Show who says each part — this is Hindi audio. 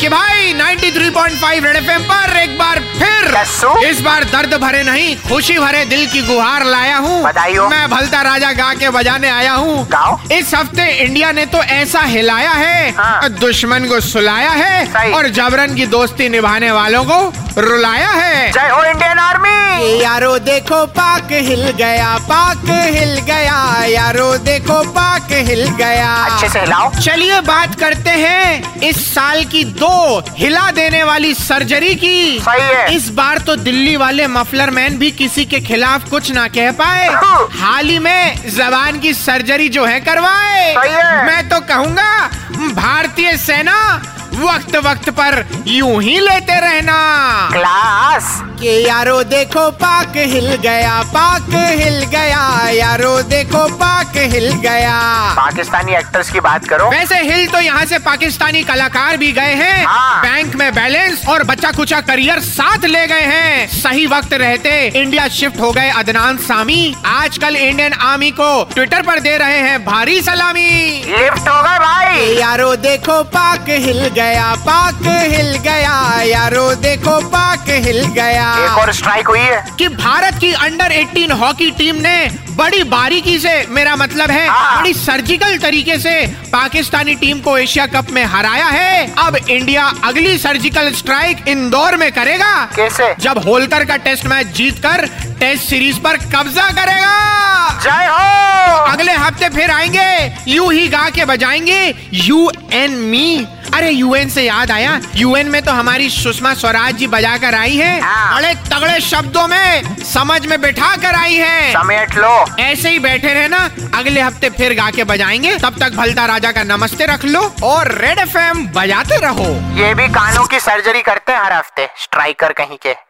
Speaker 1: कि भाई 93.5 रेड एफएम पर एक बार फिर
Speaker 2: यस्सू।
Speaker 1: इस बार दर्द भरे नहीं खुशी भरे दिल की गुहार लाया हूँ
Speaker 2: बधाई हो।
Speaker 1: मैं भलता राजा गा के बजाने आया हूँ
Speaker 2: गाओ।
Speaker 1: इस हफ्ते इंडिया ने तो ऐसा हिलाया है
Speaker 2: हाँ।
Speaker 1: दुश्मन को सुलाया है
Speaker 2: सही।
Speaker 1: और जबरन की दोस्ती निभाने वालों को रुलाया है
Speaker 2: जय हो इंडियन आर्मी
Speaker 1: यारो देखो पाक हिल गया पाक हिल गया यारो देखो पाक हिल गया
Speaker 2: अच्छे से हिलाओ
Speaker 1: चलिए बात करते हैं इस साल की दो हिला देने वाली सर्जरी की
Speaker 2: सही है।
Speaker 1: इस बार तो दिल्ली वाले मफलर मैन भी किसी के खिलाफ कुछ ना कह पाए हाल ही में जबान की सर्जरी जो है करवाए
Speaker 2: सही है।
Speaker 1: मैं तो कहूँगा भारतीय सेना वक्त वक्त पर यूं ही लेते रहना
Speaker 2: क्लास
Speaker 1: कि यारो देखो पाक हिल गया पाक हिल गया यारो देखो पाक हिल गया
Speaker 2: पाकिस्तानी एक्टर्स की बात करो
Speaker 1: वैसे हिल तो यहाँ से पाकिस्तानी कलाकार भी गए हैं
Speaker 2: हाँ।
Speaker 1: बैंक में बैलेंस और बच्चा कुचा करियर साथ ले गए हैं सही वक्त रहते इंडिया शिफ्ट हो गए अदनान सामी आजकल इंडियन आर्मी को ट्विटर पर दे रहे हैं भारी सलामी
Speaker 2: लिफ्ट हो गए भाई
Speaker 1: यारो देखो पाक हिल गया पाक हिल गया यारो देखो पाक हिल गया
Speaker 2: एक और स्ट्राइक हुई है
Speaker 1: कि भारत की अंडर 18 हॉकी टीम ने बड़ी बारीकी से मेरा मतलब है
Speaker 2: हाँ।
Speaker 1: बड़ी सर्जिकल तरीके से पाकिस्तानी टीम को एशिया कप में हराया है अब इंडिया अगली सर्जिकल स्ट्राइक इंदौर में करेगा
Speaker 2: कैसे
Speaker 1: जब होलकर का टेस्ट मैच जीतकर टेस्ट सीरीज पर कब्जा करेगा
Speaker 2: जय हो
Speaker 1: अगले हफ्ते फिर आएंगे यू ही गा के बजाएंगे यू एन मी अरे यूएन से याद आया यूएन में तो हमारी सुषमा स्वराज जी बजा कर आई है
Speaker 2: हाँ।
Speaker 1: बड़े तगड़े शब्दों में समझ में बैठा कर आई है
Speaker 2: समेट लो
Speaker 1: ऐसे ही बैठे रहना अगले हफ्ते फिर गा के बजाएंगे तब तक भलता राजा का नमस्ते रख लो और रेड एफ बजाते रहो
Speaker 2: ये भी कानों की सर्जरी करते हैं हर हफ्ते स्ट्राइकर कहीं के